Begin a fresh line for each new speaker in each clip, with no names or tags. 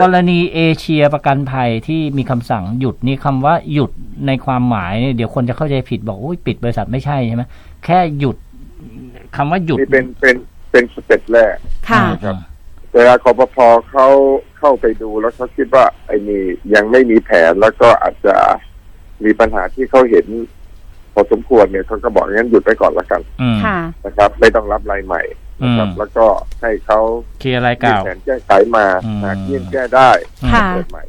กรณีเอเชียประกันภัยที่มีคำสั่งหยุดนี่คำว่าหยุดในความหมายเนี่ยเดี๋ยวคนจะเข้าใจผิดบอกอุ้ยปิดบริษัทไม่ใช่ใช่ไหมแค่หยุดคำว่า หยุด
นี่เป็นเป็นเป็นสเต็ปแรก
ค่ะ
อ่า
เวลาคอปพอเขาเข้าไปดูแล้วเขาคิดว่า ไอ้นี่ยังไม่มีแผนแล้วก็อาจจะมีปัญหาที่เขาเห็น พอสมควรเนี่ยเขาก็บอกงั้นหยุดไปก่อนละกัน
อืม
ค่ะ
นะครับ ไม่ต้องรับรายใหม่นะครับ
อืม
แล้วก็ให้เขา
เคลียร์ราย
มี
เก่า
แผนแก้ไขมา
อืม
หากยื่นแก้ได้
อืม
ค่ะ
เปิดใหม่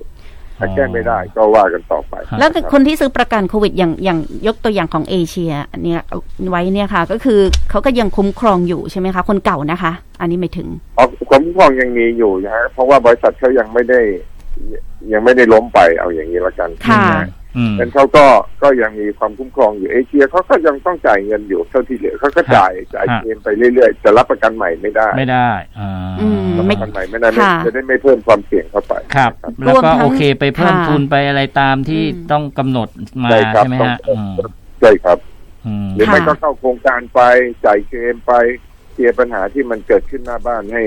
ถ้าแก้ไม่ได้ก็ว่ากันต่อไป
ครับ
แล้วคนที่ซื้อประกันโควิดอย่างอย่างยกตัวอย่างของเอเชียเนี่ยไว้เนี่ยค่ะ ก็คือเขาก็ยังคุ้มครองอยู่ใช่ไหมคะ คนเก่านะคะ อันนี้ไม่ถึง
อ๋อความคุ้มครองยังมีอยู่นะฮะเพราะว่าบริษัทเขายังไม่ได้ยังไม่ได้ล้มไปเอาอย่างนี้ละกัน
ค่ะ
อืม
เป็นเขาก็ก็ยังมีความคุ้มครองอยู่เอเชียเขาก็ยังต้องจ่ายเงินอยู่เท่าที่เหลือเขาก็จ่ายจ่าย
ฮะ
เงินไปเรื่อยๆจะรับประกันใหม่ไม่ได้
ไม่ได้อ่า
อืม
รับ
ไม่
ประกันใหม่ไม่ได้ไม่
ค่ะ
จะได้ไม่เพิ่มความเสี่ยงเข้าไป
ครับ
นะ
แล้ว
รวม
ก็
ทั้ง
โอเคไปเพิ่ม
ค่ะ
ทุนไปอะไรตามที่
อืม
ต้องกำหนดมา
ใช่ครับ
ใช่ไหม
ต้อง
ฮะอืม
ใช่ครับ
อืม
หรือ
ค่ะ
ไม่ก็เข้าโครงการไปจ่ายเคลมไปเคลียร์ปัญหาที่มันเกิดขึ้นหน้าบ้านให้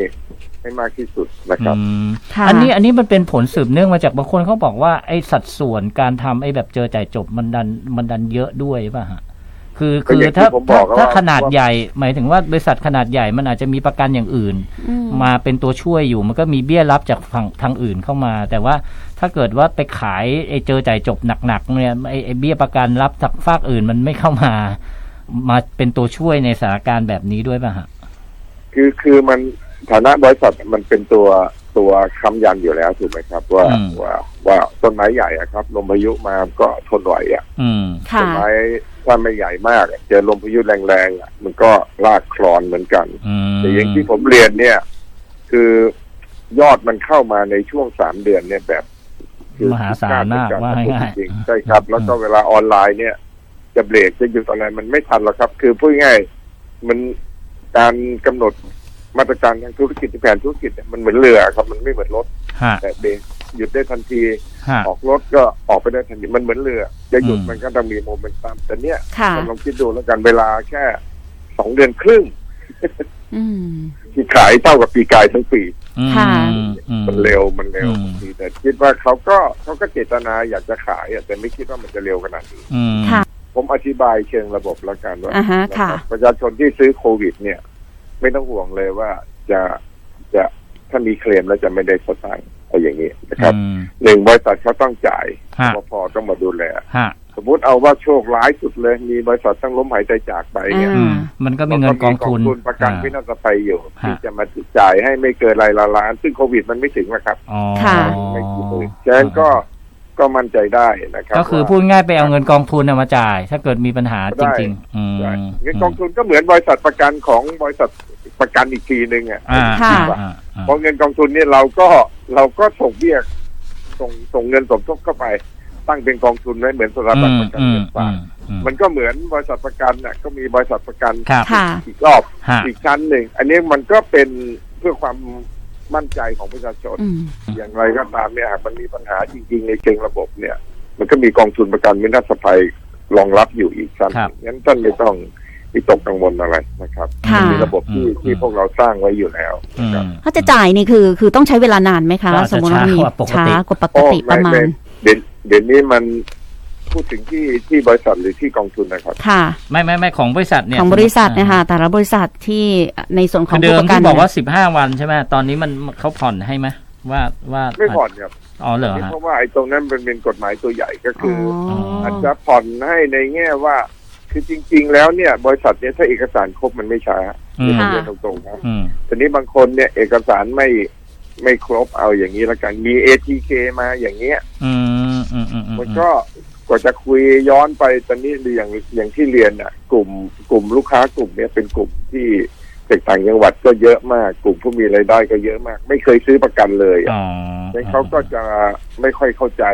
ให้มากที่สุดนะครับ
อืม
ค่ะ
อันนี้อันนี้มันเป็นผลสืบเนื่องมาจากบางคนเขาบอกว่าไอ้สัดส่วนการทำไอ้แบบเจอจ่ายจบมันดันมันดันเยอะด้วยป่ะฮะคือ
ก็
คือ
อย่างที่
ถ้า
ผมบ
ถ้า
อกอะ
ถ้า
ว่า
ขนาดใหญ่ หมายถึงว่าบริษัทขนาดใหญ่มันอาจจะมีประกันอย่างอื่น
อืม
มาเป็นตัวช่วยอยู่มันก็มีเบี้ยรับจากฝั่งทางอื่นเข้ามา แต่ว่าถ้าเกิดว่าไปขายไอ้เจอจ่ายจบหนักๆเนี่ยไอ้ไอ้เบี้ยประกันรับจากฝากอื่นมันไม่เข้ามา มาเป็นตัวช่วยในสถานการณ์แบบนี้ด้วยป่ะฮะ
คือคือมันฐานะบริษัทมันเป็นตัวตัวค้ำยันอยู่แล้วถูกไหมครับ ว่าว่าว่าต้นไม้ใหญ่อะครับลมพายุมาก็ทนไหวอะ
อืม
ค่ะ
ต้นไม้ถ้าไม่ใหญ่มากอะเจอลมพายุแรงๆอะมันก็ลากคลอนเหมือนกัน
อืม
แต่อย่างที่ผมเรียนเนี่ย คือยอดมันเข้ามาในช่วงสามเดือนเนี่ยแบบคือ
มหาศาลมาก
คด
ว่า
คด
ง่าย
จริง
ๆ
ๆใช่ครับ แล้วก็เวลาออนไลน์เนี่ย จะเบรกจะหยุดอะไรมันไม่ทันหรอกครับ คือพูดง่ายๆมันการกำหนดมาตรการทางธุรกิจแผนธุรกิจเนี่ยมันเหมือนเรือครับ มันไม่เหมือนรถ
ฮะ
แต่เบรกหยุดได้ทันที
ฮะ
ออกรถก็ออกไปได้ทันทีมันเหมือนเรือ จะหยุด
อืม
มันก็ต้องมีโมเมนตัมแต่เนี้ย
ค่ะ
ลองคิดดูแล้วกันเวลาแค่สองเดือนครึ่ง
อืม
ที่ขายเท่ากับปีกายทั้งปี
อืม
ค่ะ
อื
มันเร็วมันเร็ว
อืม
แต่คิดว่าเขาก็เขาก็เจตนาอยากจะขายอะแต่ไม่คิดว่ามันจะเร็วขนาดนี้
อืม
ค่ะ
ผมอธิบายเชิงระบบแล้วกันว่า
อ่าฮะค่ะ
ประชาชนที่ซื้อโควิด เนี่ย ไม่ต้องห่วงเลยว่าจะจะถ้ามีเคลมแล้วจะไม่ได้สตางค์อะไรอย่างนี้นะครับ
อืม
หนึ่งบริษัทเขาต้องจ่าย
ฮะ
รพอต้องมาดูแล
ฮะ
สมมติเอาว่าโชคร้ายสุดเลย มีบริษัทต้องล้มหายใจจากไปเนี่ย
อ่า
อืมมันก็มีเงินกองทุน
มีประกันพินาศภัยอยู่
ฮะ
ที่จะมาจ่ายให้ไม่เกินรายละล้าน ซึ่งโควิดมันไม่ถึงนะครับ
อ๋อ
ค่ะ
ไม่กี่หมื่นฉะนั้นก็ก็มั่นใจได้นะครับ
ก็คือ
ว่า
พูดง่ายไปเอาเงินกองทุนน่ะมาจ่าย ถ้าเกิดมีปัญหาจริงๆอืม
ใช่เงินกองทุนก็เหมือนบริษัทประกันของบริษัทประกันอีกทีหนึ่งอ่ะ
อ่า
ค่ะ
อ่าอ่า
เพราะเงินกองทุนเนี่ยเราก็เราก็ส่งเบี้ยส่งส่งเงินสมทบเข้าไป ตั้งเป็นกองทุนไว้เหมือนสถาบันประกัน
อืม
เงินฝาก
อืม
มันก็เหมือนบริษัทประกันน่ะก็มีบริษัทประกัน
ครับ
ค่ะ
อีกรอบ
ฮะ
อีกชั้นหนึ่ง อันนี้มันก็เป็นเพื่อความมั่นใจของประชาชน
อืม
อย่างไรก็ตามเนี่ยหากมันมีปัญหาจริง ๆ ในเชิงระบบเนี่ย มันก็มีกองทุนประกันมินาศภัยรองรับอยู่อีกชั้น
ครับ
งั้นท่านไม่ต้องวิตกกังวลอะไรนะครับ
ค่ะ
มีระบบที่
อืม
ที่พวกเราสร้างไว้อยู่แล้ว
อื
นะครับ
ม
ถ้าจะจ่ายนี่คือ คือต้องใช้เวลานานไหมคะ
ก็อาจจะ
สมมติว่ามี
ช้ากว่าปกติ
ช้ากว่าปกติป
ไม่
ระมา
ไม่
ณ
เดี๋ยวเดี๋ยวนี้มันพูดถึงที่ที่บริษัทหรือที่กองทุนนะครับ
ค่ะ
ไม่ไม่ไม่ของบริษัทเนี่ย
ของบริษัทนะคะแต่ละบริษัทที่ในส่วนขอ
คื
ง
อเดิ
ผู้ป
ม
ระกั
ที่
น
บอกว่าสิบห้าวันใช่ไหมตอนนี้มันเขาผ่อนให้ไหมว่าว่า
ไม่ผ่อนครับ
อ๋อเหรอ
นี่
ฮะ
เพราะว่าไอ้ตรงนั้นมันเป็นกฎหมายตัวใหญ่ก็
อ๋
คืออ
ออ
อาจจะผ่อนให้ในแง่ว่า คือจริง ๆ แล้วเนี่ย บริษัทเนี่ยถ้าเอกสารครบมันไม่ช้า
อืม
เรียน
ค่ะ
ตรงๆนะ
อืม
ทีนี้บางคนเนี่ย เอกสารไม่ไม่ครบเอาอย่างนี้ละกันมี ATK มาอย่างเงี้ย
อืมอืมอืมอืม
มันก็กว่าจะคุยย้อนไปตอนนี้อย่างอย่างที่เรียนอ่ะ กลุ่มกลุ่มลูกค้ากลุ่มเนี้ยเป็นกลุ่มที่จากต่างจังหวัดก็เยอะมาก กลุ่มผู้มีรายได้ก็เยอะมาก ไม่เคยซื้อประกันเลยอะ
อ๋อ
ดังเขาก็จะไม่ค่อยเข้าใจ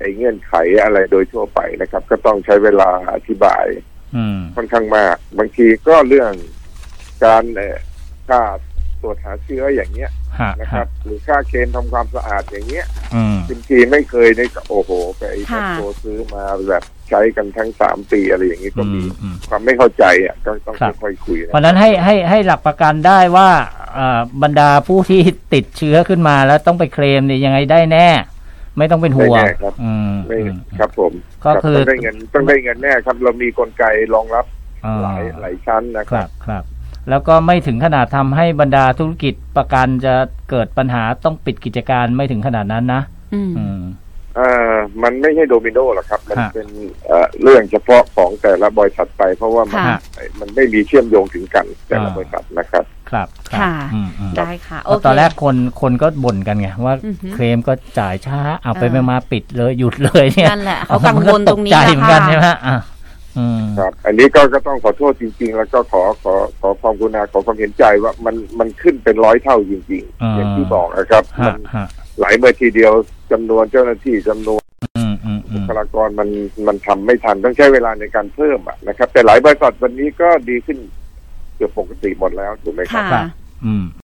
ไอ้เงื่อนไขอะไรโดยทั่วไปนะครับ ก็ต้องใช้เวลาอธิบาย
อืม
ค่อนข้างมาก บางทีก็เรื่องการเอ่อค่าตรวจหาเชื้ออย่างเงี้ย
ฮะ
นะครับ หรือค่าเคนทำความสะอาดอย่างเงี้ย
อืม
บางทีไม่เคยได้ก็โอ้โหไปแบ
ค่ะ
บโทรซื้อมาแบบใช้กันทั้งสามปีอะไรอย่างนี้ก็มี
อืมอืม
ความไม่เข้าใจอ่ะก็ต้อง
ครับ
ค่อยๆคุยนะ
เพราะฉะนั้นให้ให้ให้หลักประกันได้ว่า เอ่อบรรดาผู้ที่ติดเชื้อขึ้นมาแล้วต้องไปเคลมเนี่ยยังไงได้แน่ ไม่ต้องเป็นห่วง
ได้แน่ครับ
อืม
ไม่
อืม
ครับผม
ก็คือ
รับต้องได้เงินต้องได้เงินแน่ครับ เรามีกลไกรองรับ
อ่า
หลายหลายชั้นนะ
ค
ครั
รับ บครับแล้วก็ไม่ถึงขนาดทำให้บรรดาธุรกิจประกันจะเกิดปัญหาต้องปิดกิจการไม่ถึงขนาดนั้นนะ
อืม
อืม
เอ่อมันไม่ใช่โดมิโนหรอกครับ มัน
ฮะ
เป็นเอ่อเรื่องเฉพาะของแต่ละบริษัทไปเพราะว่ามัน
ค่ะ
มันไม่มีเชื่อมโยงถึงกันแต่ละ
อ่า
บริษัทนะครับ
ครับรับ
ค่ะ
อืมอืม
ได้ค่ะ โอ
เพราะ
เค
ตอนแรกคนคนก็บ่นกันไงว่า
อือฮึ
เคลมก็จ่ายช้าเอาไป
เออ
ไปมาปิดเลยหยุดเลยเนี่ย
นั่นแหละเขากังวลตรงนี้
มัก็ตกใจเห
นะ
มือน
คะ
กันใช่ไหมอ่ะอืม
ครับ อันนี้ก็ก็ต้องขอโทษจริง ๆ แล้วก็ขอขอขอความกรุณาขอความเห็นใจว่ามันมันขึ้นเป็นร้อยเท่าจริง
อ่า
ๆ อย่างที่บอกนะครับมั
ฮะ
น
ฮะ
หลายเมื่อทีเดียวจำนวนเจ้าหน้าที่จำนวน
อืมอืมอื
บุ
ม
คลากรมันมันทำไม่ทันต้องใช้เวลาในการเพิ่มอะนะครับ แต่หลายบริษัทวันนี้ก็ดีขึ้นเกือบปกติหมดแล้วถูกไหมครับ
ค่ะ
อืม